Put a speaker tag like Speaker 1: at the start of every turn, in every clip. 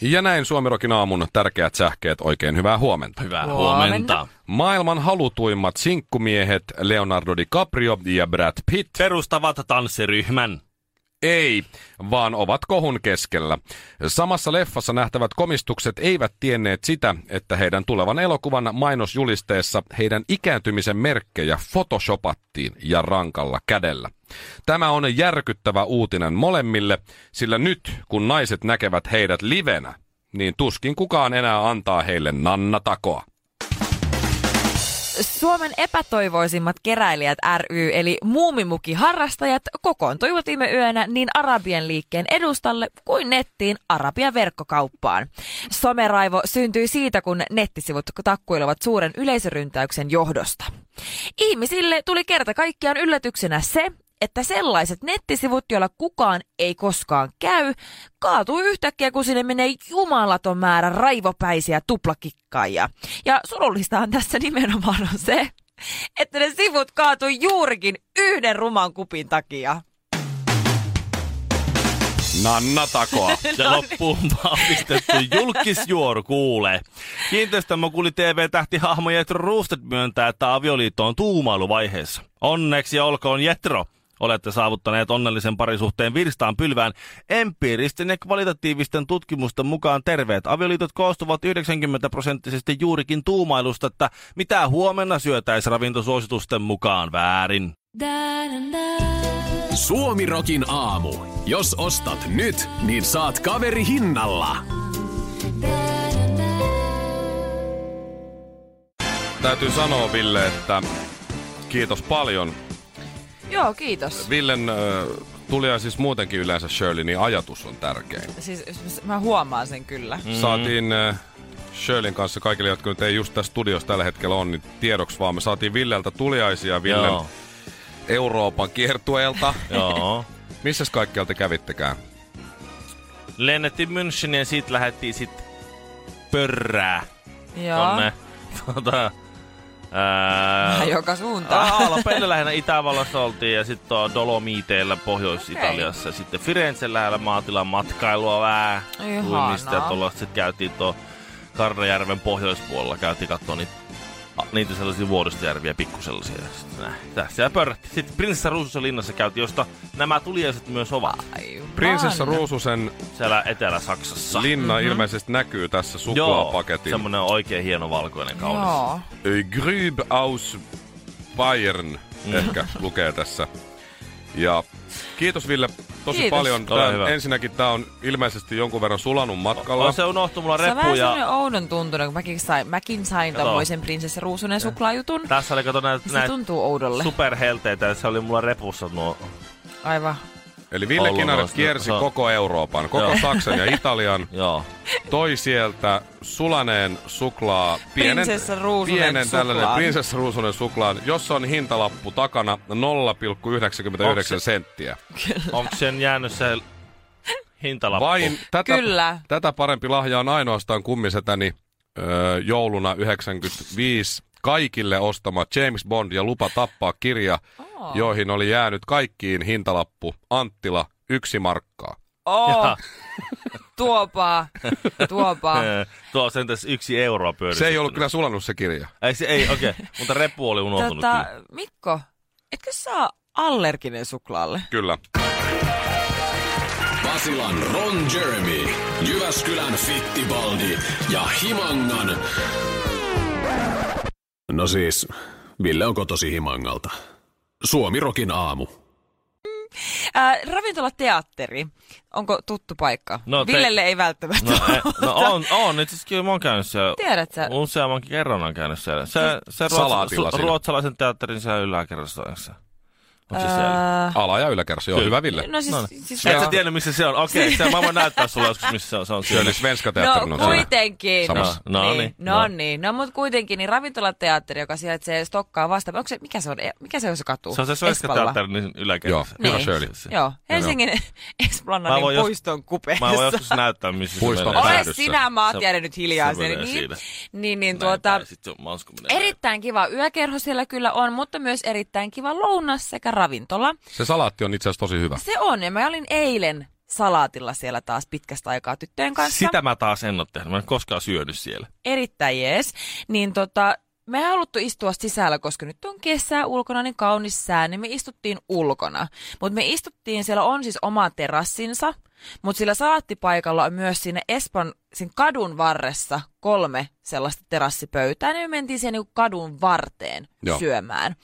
Speaker 1: Ja näin Suomirokin aamun tärkeät sähkeet. Oikein hyvää huomenta.
Speaker 2: Hyvää
Speaker 3: Huomenta.
Speaker 2: huomenta.
Speaker 1: Maailman halutuimmat sinkkumiehet Leonardo DiCaprio ja Brad Pitt
Speaker 2: Perustavat tanssiryhmän.
Speaker 1: ei, vaan ovat kohun keskellä. Samassa leffassa nähtävät komistukset eivät tienneet sitä, että heidän tulevan elokuvan mainosjulisteessa heidän ikääntymisen merkkejä photoshopattiin ja rankalla kädellä. Tämä on järkyttävä uutinen molemmille, sillä nyt kun naiset näkevät heidät livenä, niin tuskin kukaan enää antaa heille nannatakoa.
Speaker 3: Suomen epätoivoisimmat keräilijät ry eli muumimukiharrastajat kokoontuivat viime yönä niin Arabian liikkeen edustalle kuin nettiin Arabian verkkokauppaan. Someraivo syntyi siitä, kun nettisivut takkuilevat suuren yleisöryntäyksen johdosta. Ihmisille tuli kerta kaikkiaan yllätyksenä se, että sellaiset nettisivut, joilla kukaan ei koskaan käy, kaatuu yhtäkkiä, kun sinne menee jumalaton määrä raivopäisiä tuplakikkaajia. Ja surullistahan tässä nimenomaan on se, että ne sivut kaatuu juurikin yhden ruman kupin takia.
Speaker 1: Nannatakoa.
Speaker 2: Se loppuun vahvistettu julkisjuoru kuulee. Kiinteistömokuli TV-tähtihahmo Jetro Roosted myöntää, että avioliitto on tuumailuvaiheessa. Onneksi olkoon Jetro. Olette saavuttaneet onnellisen parisuhteen virstaan pylvään. Empiiristen ja kvalitatiivisten tutkimusten mukaan terveet avioliitot koostuvat 90 prosenttisesti juurikin tuumailusta, että mitä huomenna syötäisi ravintosuositusten mukaan väärin.
Speaker 4: Suomirokin aamu. Jos ostat nyt, niin saat kaveri hinnalla.
Speaker 1: Täytyy sanoa Ville, että kiitos paljon
Speaker 3: Joo, kiitos.
Speaker 1: Villen ö, tulee siis muutenkin yleensä Shirley, niin ajatus on tärkein.
Speaker 3: Siis s- mä huomaan sen kyllä.
Speaker 1: Mm. Saatiin ö, Shirleyn kanssa kaikille, jotka nyt ei just tässä studiossa tällä hetkellä on, niin tiedoksi vaan me saatiin Villeltä tuliaisia Villen Joo.
Speaker 2: Joo.
Speaker 1: Euroopan kiertueelta.
Speaker 2: Joo.
Speaker 1: Missäs kaikkialla te kävittekään?
Speaker 2: lennettiin Müncheniin ja siitä lähdettiin sit pörrää
Speaker 3: Joo.
Speaker 2: tonne tota, ää,
Speaker 3: Vähän joka suuntaan.
Speaker 2: Aalapeille lähinnä Itävallassa oltiin ja sitten tuo Dolomiteillä Pohjois-Italiassa. Okay. Sitten Firenzen lähellä maatilan matkailua vähän.
Speaker 3: Ihanaa.
Speaker 2: Uimista ja tuolla. Sitten käytiin tuo Karnajärven pohjoispuolella. Käytiin katsoa niitä, a- niitä sellaisia vuodostojärviä pikkusellaisia. ja Sitten näin. Tässä ja pörrättiin. Sitten Prinsessa Ruususen linnassa käytiin, josta nämä tuliaiset myös ovat.
Speaker 3: Ai
Speaker 1: Prinsessa
Speaker 3: vaan.
Speaker 1: Ruususen
Speaker 2: Siellä Etelä-Saksassa.
Speaker 1: linna mm-hmm. ilmeisesti näkyy tässä suklaapaketin.
Speaker 2: semmonen oikein hieno valkoinen kaunis.
Speaker 3: Joo.
Speaker 1: Ö, Grüb aus Bayern
Speaker 2: Mm.
Speaker 1: ehkä lukee tässä. Ja kiitos Ville tosi
Speaker 3: Kiitos.
Speaker 1: paljon.
Speaker 2: Ole
Speaker 1: Tää,
Speaker 2: hyvä.
Speaker 1: ensinnäkin tämä on ilmeisesti jonkun verran sulanut matkalla.
Speaker 2: Kala. Se unohtui mulla
Speaker 3: Se on vähän
Speaker 2: reppu
Speaker 3: semmonen
Speaker 2: ja
Speaker 3: oudon tuntunut, kun mäkin sain, mäkin sain
Speaker 2: Kato.
Speaker 3: tommoisen prinsessa ruusunen suklaajutun.
Speaker 2: tässä oli kato näitä,
Speaker 3: Se
Speaker 2: näitä
Speaker 3: tuntuu oudolle.
Speaker 2: superhelteitä ja se oli mulla repussa nuo.
Speaker 3: Aivan.
Speaker 1: Eli Ville
Speaker 2: Ollut
Speaker 1: Kinari
Speaker 2: noista.
Speaker 1: kiersi
Speaker 2: Se on-
Speaker 1: koko Euroopan, koko
Speaker 2: Joo.
Speaker 1: Saksan ja Italian,
Speaker 2: Joo.
Speaker 1: toi sieltä sulaneen suklaa, pienen,
Speaker 3: Prinsessa Ruusunen
Speaker 1: pienen tällainen
Speaker 3: suklaan.
Speaker 1: prinsessa ruusunen suklaan, jossa on hintalappu takana 0,99
Speaker 2: Onks se-
Speaker 1: senttiä.
Speaker 2: Onko sen jäänyt se hintalappu?
Speaker 1: Vain tätä,
Speaker 3: Kyllä.
Speaker 1: tätä parempi lahja on ainoastaan kummisetäni öö, jouluna 95 kaikille ostama James Bond ja lupa tappaa kirja, oh. joihin oli jäänyt kaikkiin hintalappu Anttila yksi markkaa.
Speaker 3: Oo, tuopaa, tuopaa.
Speaker 2: Eh, Tuo on sentäs yksi euroa pyörissä.
Speaker 1: Se ei ollut kyllä sulanut se kirja.
Speaker 2: Ei, se ei, okei. Okay. Mutta reppu oli unohtunut
Speaker 3: Tota,
Speaker 2: tota... kyllä.
Speaker 3: Mikko, etkö saa allerginen suklaalle?
Speaker 1: Kyllä.
Speaker 4: Basilan Ron Jeremy, Jyväskylän Fittibaldi ja Himangan... No siis, Ville on kotosi Himangalta. Suomirokin aamu.
Speaker 3: Ää, Äh, ravintolateatteri, onko tuttu paikka?
Speaker 2: No, te-
Speaker 3: Villelle ei välttämättä
Speaker 2: No,
Speaker 3: ole,
Speaker 2: ei, no on, on. Nyt siis kyllä mä oon käynyt siellä.
Speaker 3: Tota- Tiedät sä?
Speaker 2: Useammankin kerran on käynyt siellä. Se, se ruotsa,
Speaker 1: Salaatilla
Speaker 2: su,
Speaker 1: siinä.
Speaker 2: ruotsalaisen teatterin siellä yläkerrastoissa. Onko se siellä?
Speaker 1: Ala- ja yläkersi on
Speaker 2: Kyllä.
Speaker 1: hyvä, Ville.
Speaker 3: Äh. No siis,
Speaker 2: No, no.
Speaker 3: siis
Speaker 2: Et sä tiedä, missä se on. Okei, okay, se mä voin näyttää sulle joskus, missä se on. Se on
Speaker 1: Kyllä,
Speaker 2: siellä.
Speaker 1: niin Svenska
Speaker 3: No
Speaker 1: teatterin on siellä.
Speaker 3: kuitenkin.
Speaker 1: Samassa.
Speaker 2: No, no niin,
Speaker 3: niin.
Speaker 2: no.
Speaker 3: No niin. No mut kuitenkin, niin ravintolateatteri, joka sijaitsee Stokkaa vastaan. Onko se, mikä se on, E, mikä se on se katu?
Speaker 2: No, Se on se Svenska
Speaker 3: Espalla.
Speaker 2: teatterin yläkerrassa.
Speaker 1: Joo, hyvä
Speaker 3: Niin.
Speaker 1: Shirley.
Speaker 3: Joo, Helsingin
Speaker 2: Mä voin
Speaker 3: Esplanadin
Speaker 2: jos-
Speaker 3: puiston kupeessa.
Speaker 2: Mä voin joskus näyttää, missä se
Speaker 1: Puiston
Speaker 2: menee.
Speaker 1: päädyssä.
Speaker 3: Ole sinä, mä
Speaker 2: Se-
Speaker 3: oot jäänyt nyt hiljaa
Speaker 2: se menee
Speaker 3: siellä. Niin,
Speaker 2: siinä.
Speaker 3: niin, niin
Speaker 2: Näin
Speaker 3: tuota,
Speaker 2: päin, sit se on mansku menee näin.
Speaker 3: erittäin kiva yökerho siellä kyllä on, mutta myös erittäin kiva lounas sekä ravintola.
Speaker 1: Se salaatti on itse asiassa tosi hyvä.
Speaker 3: Se on, ja mä olin eilen salaatilla siellä taas pitkästä aikaa tyttöjen kanssa. Mm.
Speaker 2: Sitä mä taas en ole tehnyt. Mä en koskaan syönyt siellä.
Speaker 3: erittäin jees, niin tota, me ei haluttu istua sisällä, koska nyt on kesä ulkona, niin kaunis sää, niin me istuttiin ulkona. Mutta me istuttiin, siellä on siis oma terassinsa, mutta sillä saattipaikalla on myös siinä Espan siinä kadun varressa kolme sellaista terassipöytää, niin me mentiin siihen niinku kadun varteen
Speaker 1: Joo.
Speaker 3: Joo. syömään.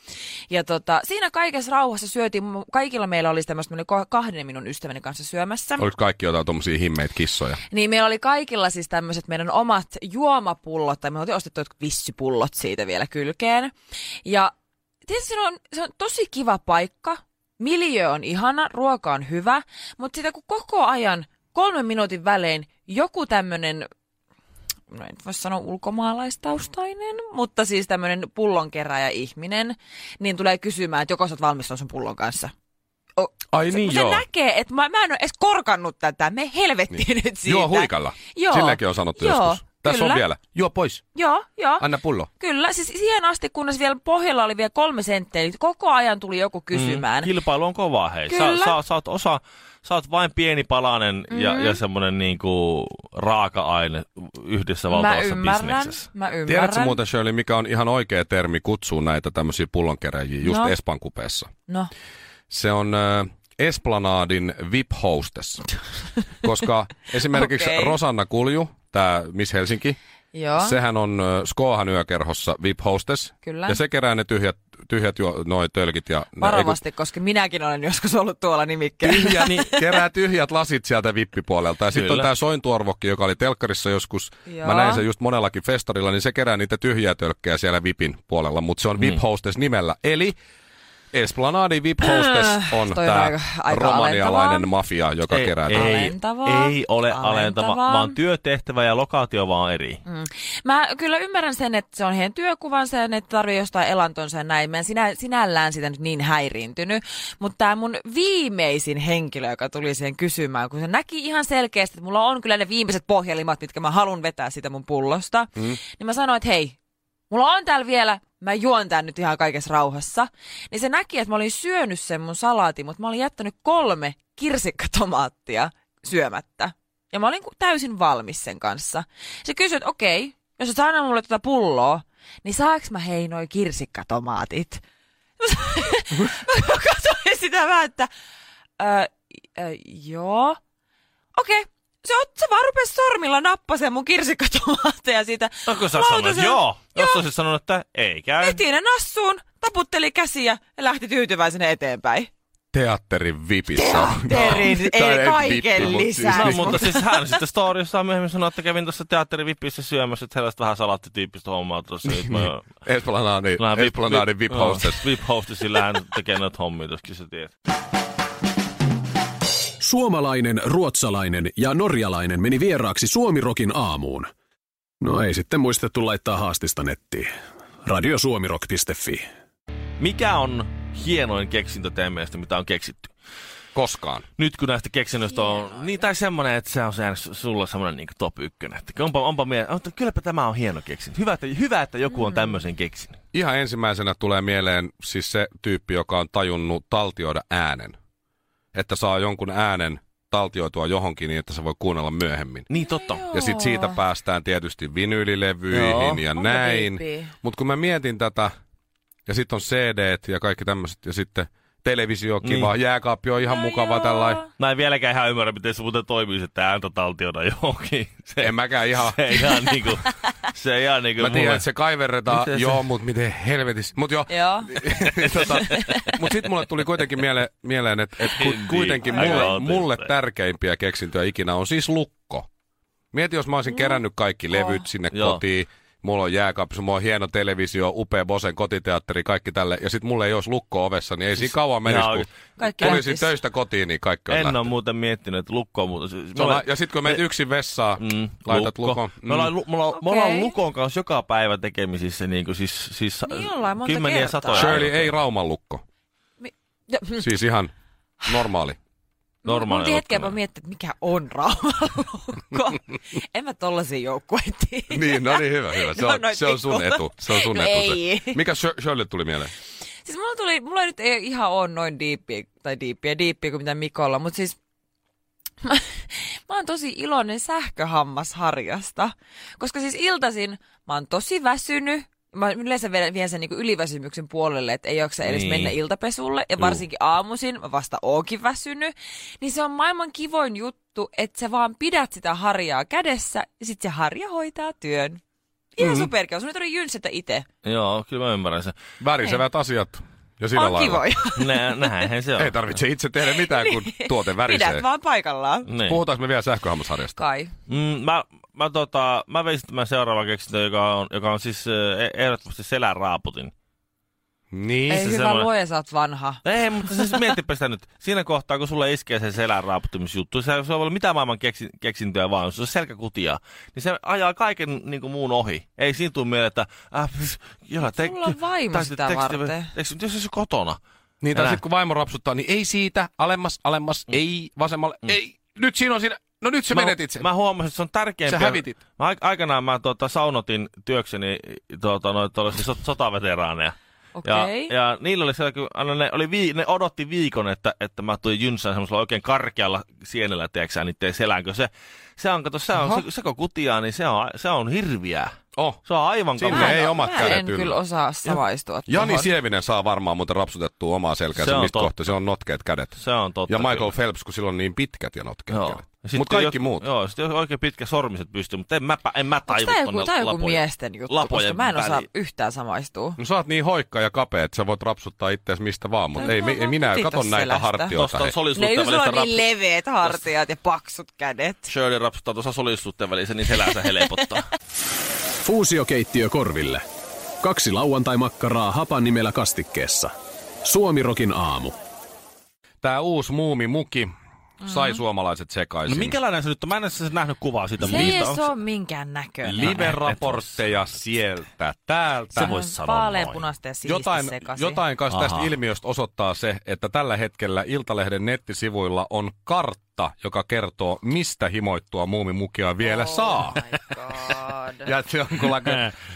Speaker 3: Ja tota, siinä kaikessa rauhassa syötiin, mu- kaikilla meillä oli tämmöistä, me oli ko- kahden minun ystäväni kanssa syömässä.
Speaker 1: Oliko kaikki jotain tuommoisia himmeitä kissoja?
Speaker 3: Niin meillä oli kaikilla siis tämmöiset meidän omat juomapullot, tai me oltiin ostettu jotkut vissypullot siitä vielä kylkeen. Ja tietysti se on, se on tosi kiva paikka, miljö on ihana, ruoka on hyvä, mutta sitä kun koko ajan kolmen minuutin välein joku tämmöinen no en voi sanoa ulkomaalaistaustainen, mutta siis tämmöinen pullonkeräjä ihminen, niin tulee kysymään, että joko sä oot valmis ton sun pullon kanssa. O-
Speaker 1: Ai
Speaker 3: se,
Speaker 1: niin,
Speaker 3: kun
Speaker 1: joo.
Speaker 3: Se näkee, että mä, mä en ole edes korkannut tätä, me helvettiin niin. nyt siitä.
Speaker 1: Joo, huikalla.
Speaker 3: Joo.
Speaker 1: Silläkin on sanottu
Speaker 3: Joo,
Speaker 1: joskus. Tässä
Speaker 3: kyllä. Ah.
Speaker 1: on vielä. Joo, pois.
Speaker 3: Joo, joo.
Speaker 1: Anna pullo.
Speaker 3: Kyllä, siis siihen asti, kunnes vielä pohjalla oli vielä kolme senttiä, niin koko ajan tuli joku kysymään. Mm,
Speaker 2: Kilpailu on kovaa, hei. Sä,
Speaker 3: Kyllä. Mm.
Speaker 2: sä, sä, oot osa, sä oot vain pieni palanen mm-hmm. ja, ja semmoinen niinku raaka-aine yhdessä
Speaker 3: mä
Speaker 2: valtavassa
Speaker 3: ymmärrän,
Speaker 2: bisneksessä.
Speaker 3: mä ymmärrän.
Speaker 1: Tiedätkö muuten Shirley, mikä on ihan oikea termi kutsua näitä tämmöisiä pullonkeräjiä just no.
Speaker 3: No.
Speaker 1: Espan kupeessa?
Speaker 3: No,
Speaker 1: Se on äh, Esplanadin vip hostess Koska esimerkiksi okay.
Speaker 3: Okei.
Speaker 1: Rosanna Kulju, tämä Miss Helsinki,
Speaker 3: joo.
Speaker 1: Sehän on äh, Skoahan yökerhossa VIP Hostess.
Speaker 3: Kyllä.
Speaker 1: Ja se kerää ne tyhjät, tyhjät juo, noi tölkit ja...
Speaker 3: Varovasti, koska minäkin olen joskus ollut tuolla nimikkeellä.
Speaker 1: Tyhjä, niin kerää tyhjät lasit sieltä vippipuolelta. Ja sitten on
Speaker 2: Kyllä.
Speaker 1: tämä sointuorvokki, joka oli telkkarissa joskus. Joo. Mä
Speaker 3: Joo.
Speaker 1: näin sen just monellakin festarilla, niin se kerää niitä tyhjiä tölkkejä siellä VIPin puolella. Mutta
Speaker 2: Mm.
Speaker 1: se on VIP Hostess nimellä. Eli Esplanadi VIP Hostess on
Speaker 3: Äh, Toi on
Speaker 1: tämä
Speaker 3: aika- aika
Speaker 1: romanialainen
Speaker 3: alentavaa.
Speaker 1: mafia, joka
Speaker 2: ei,
Speaker 1: kerää...
Speaker 2: ei,
Speaker 3: Alentavaa.
Speaker 2: ei ole alentava,
Speaker 3: Alentavaa.
Speaker 2: vaan työtehtävä ja lokaatio vaan eri.
Speaker 3: Mm. Mä kyllä ymmärrän sen, että se on heidän työkuvansa ja ne tarvii jostain elantonsa ja näin. Mä en sinä, sinällään sitä nyt niin häiriintynyt. Mutta tämä mun viimeisin henkilö, joka tuli siihen kysymään, kun se näki ihan selkeästi, että mulla on kyllä ne viimeiset pohjalimat, mitkä mä haluan vetää sitä mun pullosta. Mm. Niin mä sanoin, että hei, mulla on täällä vielä, mä juon tän nyt ihan kaikessa rauhassa. Niin se näki, että mä olin syönyt sen mun salaatin, mutta mä olin jättänyt kolme kirsikkatomaattia syömättä. Ja mä olin ku- täysin valmis sen kanssa. Se kysyi, että okei, jos et sä anna mulle tätä pulloa, niin saaks mä hei noi kirsikkatomaatit? mä katsoin sitä vähän, että ö, ö, joo, okei. Se, ot, se vaan rupesi sormilla nappaseen mun kirsikkatomaatteja siitä.
Speaker 2: Onko No sä sanonut, että
Speaker 3: lautasella.
Speaker 2: joo? Jos sä olisit sanonut, että ei käy.
Speaker 3: Veti ne nassuun, taputteli käsiä ja lähti tyytyväisenä eteenpäin.
Speaker 1: Teatterin VIPissä.
Speaker 3: Terin,
Speaker 1: Tai ei
Speaker 3: ei
Speaker 1: vippi,
Speaker 3: kaiken
Speaker 1: mut siis-
Speaker 3: lisäksi.
Speaker 2: No, mutta siis hän sitten storissa myöhemmin sanoi, että kävin tuossa teatterivippissä syömässä, että sellaista vähän salattityyppistä hommaa tuossa. Nyt mä,
Speaker 1: Esplanadi,
Speaker 2: Vähän vip-
Speaker 1: Esplanadin VIP Hostess.
Speaker 2: Joo, Vip hostessilla hän tekee noita hommia, jos kyllä sä tiedät.
Speaker 4: Suomalainen, ruotsalainen ja norjalainen meni vieraaksi Suomirokin aamuun. No ei sitten muistettu laittaa haastista nettiin. Radiosuomirok.fi.
Speaker 2: Mikä on hienoin keksintö teidän mielestä, mitä on keksitty?
Speaker 1: Koskaan.
Speaker 2: Nyt kun näistä keksinnöistä on, niin tai semmoinen, että se on se aina su- sulla semmoinen niin top ykkönen. Että onpa, onpa mie- on, kylläpä tämä on hieno keksintö. Hyvä, että, hyvä, että joku on tämmöisen keksinyt.
Speaker 1: Ihan ensimmäisenä tulee mieleen siis se tyyppi, joka on tajunnut taltioida äänen. Että saa jonkun äänen taltioitua johonkin niin, että se voi kuunnella myöhemmin.
Speaker 2: Niin totta.
Speaker 1: Ja sitten siitä päästään tietysti vinyylilevyihin
Speaker 2: Joo.
Speaker 1: ja
Speaker 3: Onpa
Speaker 1: näin.
Speaker 3: creepy.
Speaker 1: Mutta kun mä mietin tätä, ja sitten on cd ja kaikki tämmöiset, ja sitten televisio on kiva, niin. jääkaappi on ihan no mukava tällainen.
Speaker 2: Mä en vieläkään ihan ymmärrä, miten se muuten toimii, se, että ääntä taltiona johonkin. Se,
Speaker 1: En mäkään ihan...
Speaker 2: se ei ihan niinku, se ei ihan niinku
Speaker 1: Mä tiedän,
Speaker 2: mulle-
Speaker 1: että se kaiverretaan,
Speaker 2: Miten se-
Speaker 1: joo, mutta miten helvetissä. Mut joo,
Speaker 3: Joo.
Speaker 1: tota, mutta sitten mulle tuli kuitenkin miele, mieleen, että et ku,
Speaker 2: Niin,
Speaker 1: kuitenkin
Speaker 2: aika
Speaker 1: mulle,
Speaker 2: autista.
Speaker 1: mulle tärkeimpiä keksintöjä ikinä on siis lukko. Mieti, jos mä olisin kerännyt kaikki levyt sinne
Speaker 2: Joo.
Speaker 1: kotiin. mulla on jääkaappi, mulla on hieno televisio, upea Bosen kotiteatteri, kaikki tälle. Ja sitten mulla ei olisi lukko ovessa, niin ei siinä kauan menisi,
Speaker 2: Siis Jaa,
Speaker 1: kun
Speaker 3: Kaikki
Speaker 1: olisi
Speaker 3: lähtis.
Speaker 1: töistä kotiin, niin kaikki on
Speaker 2: En ole
Speaker 1: lähtenyt.
Speaker 2: muuten miettinyt, että lukko on muuta. Siis
Speaker 1: Se on
Speaker 2: mulla-
Speaker 1: la- Ja sitten kun menet yksin vessaan, mm, laitat lukon.
Speaker 2: Mm. Me, ollaan, lu- mulla, okay. me ollaan
Speaker 3: Okei.
Speaker 2: lukon kanssa joka päivä tekemisissä niin kuin siis, siis
Speaker 3: Niin ollaan monta
Speaker 2: kymmeniä
Speaker 3: kertaa.
Speaker 2: satoja.
Speaker 1: Shirley
Speaker 2: kertoja.
Speaker 1: ei Rauman lukko,
Speaker 3: Ja,
Speaker 1: siis ihan normaali.
Speaker 2: Normaali
Speaker 3: Mutta hetken
Speaker 2: lukko.
Speaker 3: mä miettiä, että mikä on rauhalukko. en mä tollasia joukkueettiin.
Speaker 1: Niin, no niin, hyvä, hyvä. Se
Speaker 3: No,
Speaker 1: on,
Speaker 3: noin
Speaker 1: se on sun
Speaker 3: pikku.
Speaker 1: etu. Se on sun
Speaker 3: No
Speaker 1: etu.
Speaker 3: ei.
Speaker 1: Se. Mikä Shir- Shirley tuli mieleen?
Speaker 3: Siis mulla, tuli, mulla ei nyt ei ihan ole noin diippiä, tai diippiä, diippiä kuin mitä Mikolla, mutta siis mä, mä oon tosi iloinen sähköhammasharjasta, koska siis iltaisin mä oon tosi väsynyt, Mä yleensä vien, vien sen niinku yliväsymyksen puolelle, että ei jaksa edes
Speaker 2: Niin.
Speaker 3: niin. mennä iltapesulle. Ja varsinkin aamuisin, mä vasta oonkin väsynyt. Niin se on maailman kivoin juttu, että sä vaan pidät sitä harjaa kädessä ja sit se harja hoitaa työn. Ihan
Speaker 1: Mm-hmm.
Speaker 3: mm. superkeus. Sun ei tarvitse jynsätä itse.
Speaker 2: Joo, kyllä mä ymmärrän sen.
Speaker 1: Värisevät asiat. Ja sillä
Speaker 3: On
Speaker 1: lailla.
Speaker 3: kivoja. Niin.
Speaker 2: Nä, näinhän se on.
Speaker 1: Ei tarvitse itse tehdä mitään, kun tuote värisee.
Speaker 3: Pidät vaan paikallaan.
Speaker 2: niin.
Speaker 1: Puhutaanko me vielä sähköhammasharjasta?
Speaker 3: Kai.
Speaker 2: Mm, mä, mä, tota, mä veisin tämän seuraavan keksintön, joka on, joka on siis eh, ehdottomasti seläraaputin.
Speaker 1: Niin.
Speaker 3: Ei
Speaker 2: se
Speaker 3: hyvä
Speaker 2: semmoinen-
Speaker 3: luoja, sä oot vanha.
Speaker 2: Ei, mutta siis mietipä sitä nyt. Siinä kohtaa, kun sulle iskee se selän raaputtumisjuttu, se, se on ollut mitä maailman keksi, keksintöä vaan, se on selkäkutia, niin se ajaa kaiken niin kuin muun ohi. Ei siinä tule mieleen, että... Äh, pys, joo, te,
Speaker 3: Sulla on vaimo
Speaker 2: tai-
Speaker 3: sitä varten.
Speaker 2: Eikö, jos se on kotona?
Speaker 1: Niin, tai
Speaker 2: Älä.
Speaker 1: sitten kun vaimo rapsuttaa, niin ei siitä, alemmas, alemmas, ei, vasemmalle, ei. Nyt siinä on siinä, no nyt se menetit sen.
Speaker 2: Mä huomasin, että se on tärkeämpi.
Speaker 1: Sä hävitit.
Speaker 2: Mä, aik- aikanaan mä tuota, saunotin työkseni tuota, noita tuollaisia so, sotaveteraaneja.
Speaker 3: Okei.
Speaker 2: Ja, ja niillä oli siellä, kun aina ne, oli vii, ne odotti viikon, että, että mä tulin jynsään semmoisella oikein karkealla sienellä, tiedätkö niiden selänkö. Se, se on, kato, se on, se, se kun kutiaa, niin se on, se on hirviää.
Speaker 1: Oh.
Speaker 2: Se on aivan
Speaker 1: Sinne
Speaker 2: kamala.
Speaker 1: ei
Speaker 3: en-
Speaker 1: omat
Speaker 3: mä
Speaker 1: kädet
Speaker 3: en
Speaker 1: yllä. niin
Speaker 3: kyllä osaa samaistua
Speaker 1: Jani
Speaker 3: tohon.
Speaker 1: Sievinen saa varmaan muuten rapsutettua omaa selkäänsä,
Speaker 2: Se on
Speaker 1: mistä
Speaker 2: totta.
Speaker 1: kohta se on notkeet kädet.
Speaker 2: Se on totta.
Speaker 1: ja Michael
Speaker 2: kyllä.
Speaker 1: Phelps, kun sillä on niin pitkät ja notkeet
Speaker 2: Joo.
Speaker 1: kädet.
Speaker 2: Ja sit
Speaker 1: Mutta kaikki
Speaker 2: jos-
Speaker 1: muut.
Speaker 2: Joo, sitten jos oikein pitkä sormiset pystyy, mutta en mä, en mä
Speaker 3: Onks
Speaker 2: taivu
Speaker 3: tää joku,
Speaker 2: tonne
Speaker 3: tää on joku
Speaker 2: lapojen-
Speaker 3: miesten juttu,
Speaker 2: lapojen
Speaker 3: koska mä en osaa
Speaker 2: väliin.
Speaker 3: yhtään samaistua.
Speaker 1: No sä oot niin hoikka ja kapea, että sä voit rapsuttaa itseäsi mistä vaan, mutta
Speaker 3: Tää
Speaker 1: ei,
Speaker 3: voi
Speaker 1: mi-
Speaker 3: vaan
Speaker 1: minä
Speaker 3: putita
Speaker 1: katon näitä
Speaker 3: no, selästä.
Speaker 1: hartioita.
Speaker 2: Tuosta
Speaker 1: hei.
Speaker 2: on
Speaker 3: Ne
Speaker 2: solisuuteen
Speaker 3: just sulla
Speaker 2: välistä
Speaker 3: on niin
Speaker 2: rapsu-
Speaker 3: leveät hartiat ja paksut kädet.
Speaker 2: Shirley rapsuttaa tuossa solisuuteen välissä, niin selänsä helpottaa.
Speaker 4: Fuusiokeittiö korville. Kaksi lauantai-makkaraa hapan nimellä kastikkeessa. Suomirokin aamu.
Speaker 1: Tää uusi muumi muki
Speaker 3: Mm-hmm.
Speaker 1: sai suomalaiset
Speaker 2: No
Speaker 1: sekaisin.
Speaker 2: minkälainen se nyt on? Mä en edes nähnyt kuvaa siitä.
Speaker 3: Se
Speaker 2: mutta-
Speaker 3: ei se ole minkään näköinen.
Speaker 1: Live-raportteja sieltä, täältä.
Speaker 2: Se voi sanoa
Speaker 3: Vaaleanpunaista ja siisti
Speaker 1: jotain,
Speaker 3: sekaisin.
Speaker 1: jotain kanssa tästä
Speaker 2: Aha.
Speaker 1: ilmiöstä osoittaa se, että tällä hetkellä Iltalehden nettisivuilla on kartta, joka kertoo, mistä himoittua muumimukia vielä
Speaker 3: Oh
Speaker 1: saa.
Speaker 3: my god.
Speaker 1: Ja että jonkunla-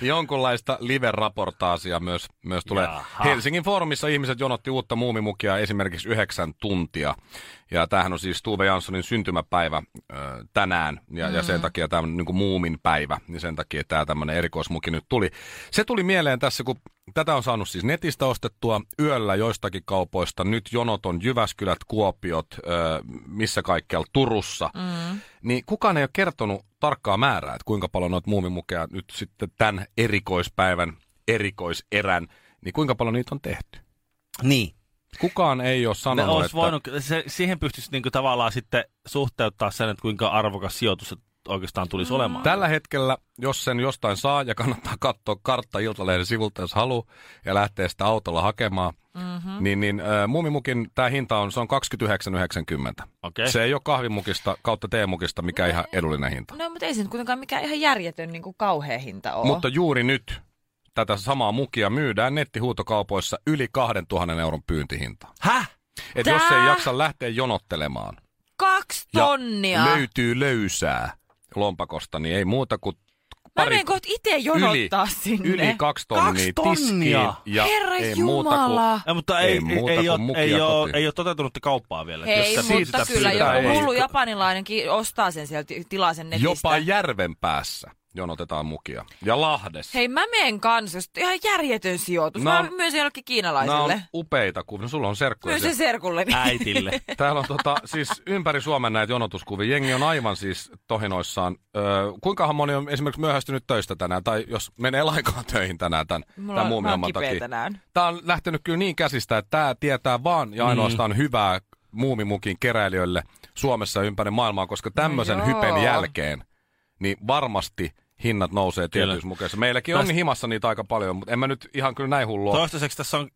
Speaker 1: jonkunlaista live-raportaasia myös, myös tulee.
Speaker 2: Jaha.
Speaker 1: Helsingin foorumissa ihmiset jonotti uutta muumimukia esimerkiksi yhdeksän tuntia. Ja tämähän on siis Tuve Janssonin syntymäpäivä ö, tänään. Ja, mm. ja sen takia tämä on niin kuin muumin päivä. Niin sen takia tämä tämmöinen erikoismuki nyt tuli. Se tuli mieleen tässä, kun tätä on saanut siis netistä ostettua yöllä joistakin kaupoista. Nyt jonot on Jyväskylät, Kuopiot, ö, missä kaikkialla Turussa. Mm. Niin kukaan ei ole kertonut tarkkaa määrää, että kuinka paljon noita muumimukeja nyt sitten tämän erikoispäivän, erikoiserän, niin kuinka paljon niitä on tehty?
Speaker 2: Niin.
Speaker 1: Kukaan ei ole
Speaker 2: Ne
Speaker 1: sanonut,
Speaker 2: olisi
Speaker 1: että...
Speaker 2: voinut, se, siihen pystyisi niinku tavallaan sitten suhteuttaa sen, että kuinka arvokas sijoitus se oikeastaan tulisi olemaan.
Speaker 1: Tällä hetkellä, jos sen jostain saa ja kannattaa katsoa kartta Iltalehden sivulta, jos haluaa, ja lähtee sitä autolla hakemaan, mm-hmm. niin, niin äh, muumimukin tämä hinta on, se on 29,90.
Speaker 2: Okei.
Speaker 1: Se ei ole kahvimukista kautta teemukista, mikä ihan edullinen hinta.
Speaker 3: No mutta ei se nyt kuitenkaan mikään ihan järjetön niin kuin kauhea hinta ole.
Speaker 1: Mutta juuri nyt tätä samaa mukia myydään nettihuutokaupoissa yli 2000 euron pyyntihinta.
Speaker 2: Häh?
Speaker 1: Et
Speaker 3: Tää-
Speaker 1: jos ei jaksa lähteä jonottelemaan
Speaker 3: Kaksi
Speaker 1: ja
Speaker 3: tonnia.
Speaker 1: löytyy löysää lompakosta, niin ei muuta kuin
Speaker 3: Mä
Speaker 1: pari
Speaker 3: menen kohta itse jonottaa sinne.
Speaker 1: yli kaksi tonnia,
Speaker 2: Kaksi
Speaker 1: tiskiin.
Speaker 2: tonnia?
Speaker 1: Ja
Speaker 3: Herra
Speaker 1: ei
Speaker 3: Jumala.
Speaker 1: Muuta
Speaker 2: Ei, mutta
Speaker 1: Ei
Speaker 2: ei, ei,
Speaker 1: muuta
Speaker 2: ei,
Speaker 1: kuin
Speaker 2: ole,
Speaker 1: mukia
Speaker 2: ei, ole,
Speaker 1: kotiin.
Speaker 2: ei ole toteutunutta kauppaa vielä.
Speaker 3: Hei,
Speaker 1: Jos
Speaker 2: Jos
Speaker 1: sä
Speaker 2: se-
Speaker 3: mutta
Speaker 1: siitä
Speaker 3: kyllä
Speaker 1: pyytää,
Speaker 3: joku
Speaker 1: ei.
Speaker 3: hullu japanilainenkin ostaa sen sieltä, tilaa sen
Speaker 1: kun
Speaker 3: netistä.
Speaker 1: jopa järven päässä jonotetaan mukia. Ja Lahdessa.
Speaker 3: Hei, mä meen kanssa, jos ihan järjetön sijoitus.
Speaker 1: No.
Speaker 3: No, mä myyn sen jollekin
Speaker 1: Nämä on
Speaker 3: kiinalaisille.
Speaker 1: upeita kuvia. No, Sulla on serkkuja.
Speaker 3: Myyn
Speaker 1: siellä.
Speaker 3: sen serkulle.
Speaker 2: Äitille.
Speaker 1: Täällä on tota, siis ympäri Suomen näitä jonotuskuvia. Jengi on aivan siis tohinoissaan. Öö, kuinkahan moni on esimerkiksi myöhästynyt töistä tänään, tai jos menee lainkaan töihin tänään tämän,
Speaker 3: Mulla
Speaker 1: tämän
Speaker 3: on, mä oon
Speaker 1: muumionman
Speaker 3: kipeä
Speaker 1: takia?
Speaker 3: tänään.
Speaker 1: Tämä on lähtenyt kyllä niin käsistä, että tämä tietää vaan ja ainoastaan mm. hyvää muumimukin keräilijöille Suomessa ja ympäri maailmaa, koska tämmöisen no
Speaker 3: joo.
Speaker 1: hypen jälkeen niin varmasti hinnat nousee
Speaker 2: Kyllä.
Speaker 1: tietyissä mukeissa. Meilläkin on
Speaker 2: Tästä-
Speaker 1: himassa niitä aika paljon, mutta en mä nyt ihan kyllä näin hullua
Speaker 2: Toistaiseksi tässä on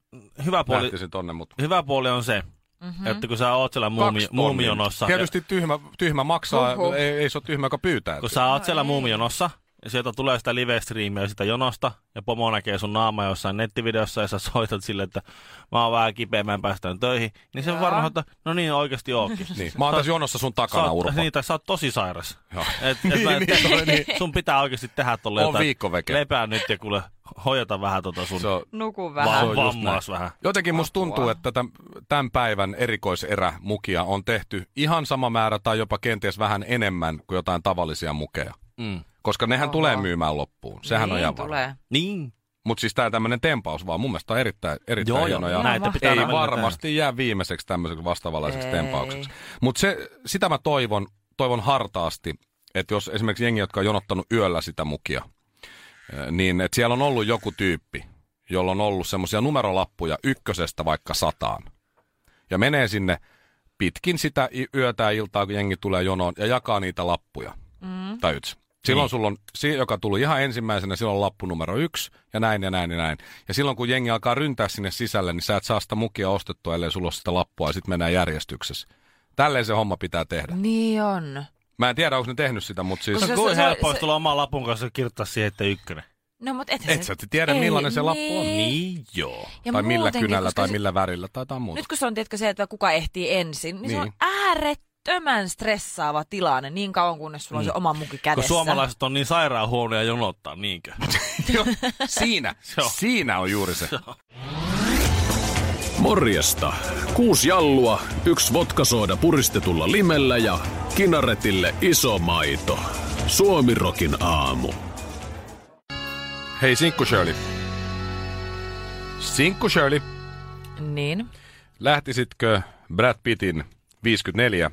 Speaker 2: hyvä puoli,
Speaker 1: lähtisin tonne, mutta
Speaker 2: hyvä puoli on se, mm-hmm. että kun sä oot siellä muumi,
Speaker 1: Kaksi tonnia.
Speaker 2: muumijonossa,
Speaker 1: Tietysti tyhmä, tyhmä maksaa,
Speaker 3: Huhhuh.
Speaker 1: ei, ei se ole tyhmä, joka pyytää.
Speaker 2: kun sä oot siellä
Speaker 3: ei.
Speaker 2: muumijonossa, ja sieltä tulee sitä live-striimiä sitä jonosta, ja pomo näkee sun naama jossain nettivideossa, ja sä soitat sille, että mä oon vähän kipeä, mä en päästään töihin, niin se
Speaker 3: Joo.
Speaker 2: varmaan, että no niin, oikeasti ookin.
Speaker 1: Niin. Mä oon tässä jonossa sun
Speaker 2: Sä
Speaker 1: takana,
Speaker 2: oot,
Speaker 1: Urpo.
Speaker 2: niin, tai sä oot tosi sairas.
Speaker 1: Joo. Niin,
Speaker 2: Et, et mä, et, sun pitää oikeasti tehdä tolle
Speaker 1: On
Speaker 2: jotain.
Speaker 1: viikkoveke.
Speaker 2: Lepää nyt ja kuule, hoidata vähän tota sun
Speaker 1: Se on,
Speaker 3: Nuku
Speaker 2: va-
Speaker 3: vähän.
Speaker 1: on just
Speaker 2: vammaas vähän.
Speaker 1: Jotenkin musta tuntuu, että täm- tämän päivän erikoiserä mukia on tehty ihan sama määrä tai jopa kenties vähän enemmän kuin jotain tavallisia mukeja.
Speaker 2: Mm.
Speaker 1: Koska nehän
Speaker 3: Oho.
Speaker 1: tulee myymään loppuun. Sehän
Speaker 3: niin,
Speaker 1: on ihan varma.
Speaker 3: tulee.
Speaker 2: Niin.
Speaker 1: Mutta siis tämä tämmöinen tempaus vaan mun mielestä on erittäin, erittäin
Speaker 2: Joo, joo.
Speaker 1: hieno.
Speaker 3: Ihan
Speaker 1: Ja
Speaker 2: Näitä pitää
Speaker 1: ei
Speaker 2: välillä
Speaker 1: varmasti jää viimeiseksi tämmöiseksi vastaavanlaiseksi
Speaker 3: Ei.
Speaker 1: tempaukseksi. Mutta sitä mä toivon, toivon hartaasti, että jos esimerkiksi jengi, jotka on jonottanut yöllä sitä mukia, ö, niin että siellä on ollut joku tyyppi, jolla on ollut semmoisia numerolappuja ykkösestä vaikka sataan. Ja menee sinne pitkin sitä i- yötä ja iltaa, kun jengi tulee jonoon, ja jakaa niitä lappuja. Mm. Tajut?
Speaker 2: Niin.
Speaker 1: Silloin sulla on, si- joka tuli ihan ensimmäisenä, silloin on lappu numero yksi, ja näin ja näin ja näin. Ja silloin kun jengi alkaa ryntää sinne sisälle, niin sä et saa sitä mukia ostettua, ellei sulla ole sitä lappua, ja sitten mennään järjestyksessä. Tälleen se homma pitää tehdä.
Speaker 3: Niin on.
Speaker 1: Mä en tiedä, onko ne tehnyt sitä, mutta siis...
Speaker 3: Kun
Speaker 2: Se,
Speaker 3: Se-
Speaker 2: se,
Speaker 3: se-
Speaker 2: kuin
Speaker 3: se-
Speaker 2: helppoa olisi
Speaker 3: se-
Speaker 2: tulla oman lapun kanssa ja kirjoittaa siihen, että ykkönen.
Speaker 3: No mut et,
Speaker 1: Et sä tiedä,
Speaker 3: Ei,
Speaker 1: millainen se lappu on.
Speaker 2: Niin joo.
Speaker 3: Ja
Speaker 1: tai millä
Speaker 3: muutenkin,
Speaker 1: kynällä,
Speaker 3: koska
Speaker 1: tai
Speaker 3: se-
Speaker 1: millä värillä, tai jotain muuta.
Speaker 3: Nyt kun se on tiedätkö, se, että kuka ehtii ensin, niin, niin. se on
Speaker 1: Niin.
Speaker 3: äärettömän stressaava tilanne niin kauan, kunnes sulla on se
Speaker 1: Mm.
Speaker 3: oma muki kädessä.
Speaker 2: Kun suomalaiset on niin sairaan huonoja jonottaa, niinkö?
Speaker 1: Joo, siinä,
Speaker 2: Se on.
Speaker 1: siinä on juuri se.
Speaker 4: Morjesta. Kuusi jallua, yksi vodkasooda puristetulla limellä ja kinaretille iso maito. Suomirokin aamu.
Speaker 1: Hei Sinkku Shirley. Sinkku Shirley,
Speaker 3: Niin.
Speaker 1: lähtisitkö Brad Pittin 54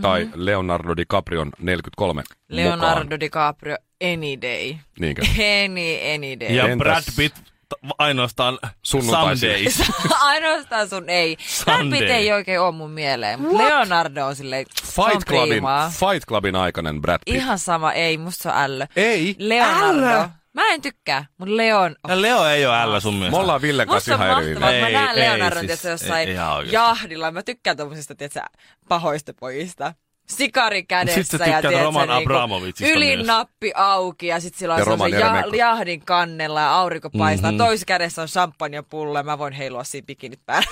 Speaker 1: tai Leonardo DiCaprion 43
Speaker 3: Mhm. Leonardo
Speaker 1: mukaan?
Speaker 3: DiCaprio, any day.
Speaker 1: Niinkö?
Speaker 3: Any, any day.
Speaker 2: Ja
Speaker 1: Entäs-
Speaker 2: Entäs... Brad Pitt t- ainoastaan
Speaker 1: Sunnuntaisin.
Speaker 2: Sundays.
Speaker 3: Ainoastaan sun ei.
Speaker 2: Sunday.
Speaker 3: Brad Pitt ei oikein ole mun mieleen, mutta Leonardo on silleen, se on
Speaker 1: Fight Clubin,
Speaker 3: priimaa.
Speaker 1: Fight Clubin aikainen Brad Pitt.
Speaker 3: Ihan sama, ei, musta se on ällö.
Speaker 1: Ei.
Speaker 3: Leonardo. Mä en tykkää, mutta Leon on
Speaker 2: Ja Leo ei ole ällä sun
Speaker 1: Me
Speaker 2: mielestä.
Speaker 1: ollaan Villen kanssa
Speaker 3: Musta on
Speaker 1: ihan eri
Speaker 3: mahtavaa,
Speaker 1: linjalla.
Speaker 3: että mä
Speaker 2: Ei,
Speaker 3: näen
Speaker 2: ei,
Speaker 3: Leonardon
Speaker 2: siis,
Speaker 3: siis,
Speaker 2: ei-
Speaker 3: jossain
Speaker 2: ihan oikeesti.
Speaker 3: jahdilla. Mä tykkään tommosista, tietsä, pahoista pojista. Sikari kädessä
Speaker 2: Sit sä
Speaker 3: ja
Speaker 2: tykkäät
Speaker 3: tietsä,
Speaker 2: Roman
Speaker 3: niinku,
Speaker 2: Abramovicista
Speaker 3: ylin
Speaker 2: myös.
Speaker 3: nappi auki ja sit sillä
Speaker 1: Ja
Speaker 3: on
Speaker 1: Roman
Speaker 3: semmosen
Speaker 1: Jeremenko.
Speaker 3: ja, jahdin kannella ja aurinko paistaa. Mm-hmm. Toisessa kädessä on champagnepullo ja mä voin heilua siinä bikinit päällä.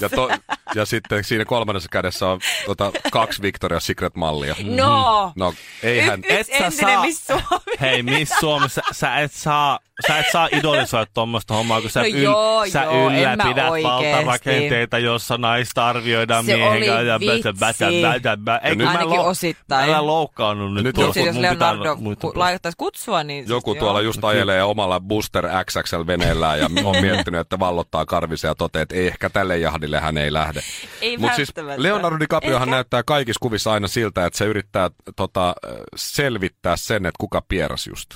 Speaker 1: Ja, to, ja sitten siinä kolmannessa kädessä on tota, kaksi Victoria's Secret-mallia.
Speaker 3: No!
Speaker 1: No, eihän...
Speaker 3: Y- yksi
Speaker 2: Et sä
Speaker 3: entinen
Speaker 2: saa-
Speaker 3: Miss Suomi.
Speaker 2: Hei, Miss Suomessa sä et saa, sä et saa idolisoida tuommoista hommaa, kun sä,
Speaker 3: No joo,
Speaker 2: sä
Speaker 3: joo, en mä
Speaker 2: ylläpidät
Speaker 3: oikeesti.
Speaker 2: valtarakenteita, jossa naista arvioidaan
Speaker 3: Se
Speaker 2: miehen
Speaker 3: oli
Speaker 2: kanssa ja
Speaker 3: vitsi.
Speaker 2: bätä, bätä, bätä. Ei,
Speaker 3: Ja
Speaker 2: kun mä
Speaker 3: ainakin osittain.
Speaker 2: Älä loukkaannu nyt.
Speaker 1: Nyt
Speaker 2: tuolla,
Speaker 3: Mut
Speaker 1: joku-
Speaker 3: siis
Speaker 2: kun
Speaker 3: jos
Speaker 2: mun pitää
Speaker 3: Leonardo
Speaker 2: muita
Speaker 3: ku-
Speaker 2: puhua.
Speaker 3: laittaisi kutsua, niin... sit
Speaker 1: Joku
Speaker 3: joo.
Speaker 1: tuolla just ajelee omalla Booster XXL-veneellään ja on miettinyt, että vallottaa karvisia ja toteaa, että ei ehkä tälle jahdille hän ei lähde.
Speaker 3: Ei
Speaker 1: Mut siis
Speaker 3: välttämättä.
Speaker 1: Leonardo DiCapriohan näyttää kaikissa kuvissa aina siltä, että se yrittää tota, äh, selvittää sen, että kuka pieras just.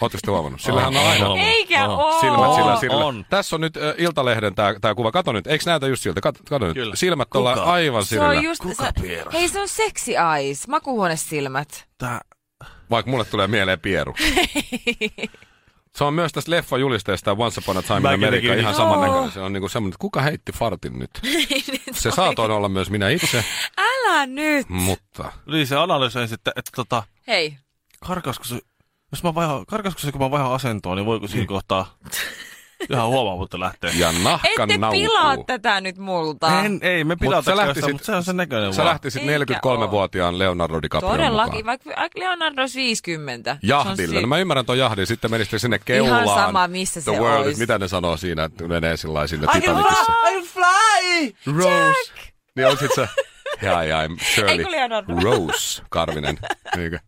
Speaker 1: Oletteko te huomannut? Sillähän on aina
Speaker 3: Eikä oo.
Speaker 1: silmät sillä, sillä.
Speaker 2: On.
Speaker 1: Tässä on nyt äh, Iltalehden tämä kuva. Kato nyt, eikö näytä just siltä? Kato, kato nyt.
Speaker 2: Kyllä.
Speaker 1: Silmät ollaan
Speaker 2: Kuka?
Speaker 1: aivan
Speaker 3: Se on
Speaker 1: sillä.
Speaker 3: just...
Speaker 2: Kuka
Speaker 3: se-
Speaker 2: pieras?
Speaker 3: Hei, se on sexy eyes, makuuhuonesilmät.
Speaker 2: Tää-
Speaker 1: Vaikka mulle tulee mieleen Pieru. Se on myös tässä leffa julisteesta Once Upon a Time in
Speaker 2: Mä
Speaker 1: America
Speaker 2: jotenkin-
Speaker 1: ihan saman näköinen. Se on niinku semmoinen, että kuka heitti fartin nyt? Se saatoin olla myös minä itse,
Speaker 3: Älä nyt!
Speaker 1: mutta
Speaker 2: Niin se analysoi sitten, että tota,
Speaker 3: Hei,
Speaker 2: karkasko se, jos mä vaihan, karkasko se, kun mä vaihan asentoa, niin voiko siinä kohtaa ihan huomaamatta lähteä?
Speaker 1: ja nahka
Speaker 3: ette
Speaker 1: naukuu.
Speaker 3: pilaa tätä nyt multa.
Speaker 2: En, ei, me
Speaker 1: Mut sä
Speaker 2: pilatakaan sitä,
Speaker 1: lähtisit-
Speaker 2: mutta se on sen näköinen
Speaker 1: Sä
Speaker 2: vaan.
Speaker 1: lähtisit
Speaker 3: Eikä
Speaker 1: 43-vuotiaan Leonardo DiCaprio
Speaker 3: Todellakin,
Speaker 1: mukaan.
Speaker 3: vaikka Leonardo olisi 50. Se on
Speaker 1: Jahdille.
Speaker 3: si-
Speaker 1: No mä ymmärrän ton jahdin. Sitten menisitte sinne keulaan.
Speaker 3: sama, missä
Speaker 1: The
Speaker 3: se
Speaker 1: world,
Speaker 3: ois.
Speaker 1: Mitä ne sanoo siinä, että menee sillä lailla sinne
Speaker 3: I can
Speaker 1: Titanicissa.
Speaker 3: fly! I fly!
Speaker 1: Rose. Niin on sit se, hi, I'm Shirley.
Speaker 3: Ei, kun Leonardo.
Speaker 1: Rose Karvinen. Niinkö?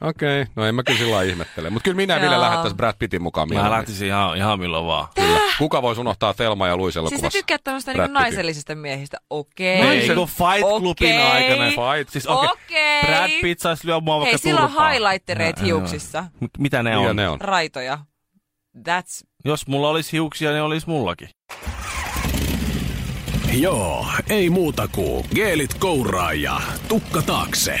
Speaker 1: Okei, okay. no en mä kyllä sillä lailla ihmettele. Mutta kyllä minä ja Ville
Speaker 3: Joo.
Speaker 1: lähettäisiin Brad Pittin mukaan
Speaker 2: Mä
Speaker 1: mieluummin.
Speaker 2: lähtisin ihan, ihan milloin vaan.
Speaker 1: Kyllä. Kuka voisi unohtaa Telma ja Luis
Speaker 3: Siis
Speaker 1: elokuvassa?
Speaker 3: te tykkäät tämmöistä
Speaker 1: Brad
Speaker 3: niinku
Speaker 1: Pittin.
Speaker 3: naisellisista miehistä. Okei.
Speaker 2: Ei, No Ei, kun Fight
Speaker 3: Okei.
Speaker 2: Clubin aikana.
Speaker 1: Fight.
Speaker 2: Siis okei.
Speaker 3: Okei.
Speaker 2: Brad Pitt saisi lyö mua vaikka
Speaker 3: Hei, sillä on
Speaker 2: turpaan.
Speaker 3: highlightereet
Speaker 2: Joo, joo.
Speaker 3: hiuksissa.
Speaker 2: Mut mitä ne
Speaker 1: Mitä
Speaker 2: on?
Speaker 1: ne on?
Speaker 3: Raitoja. That's...
Speaker 2: Jos mulla olisi hiuksia, ne olisi mullakin.
Speaker 4: Joo, ei muuta kuin geelit kouraa ja tukka taakse.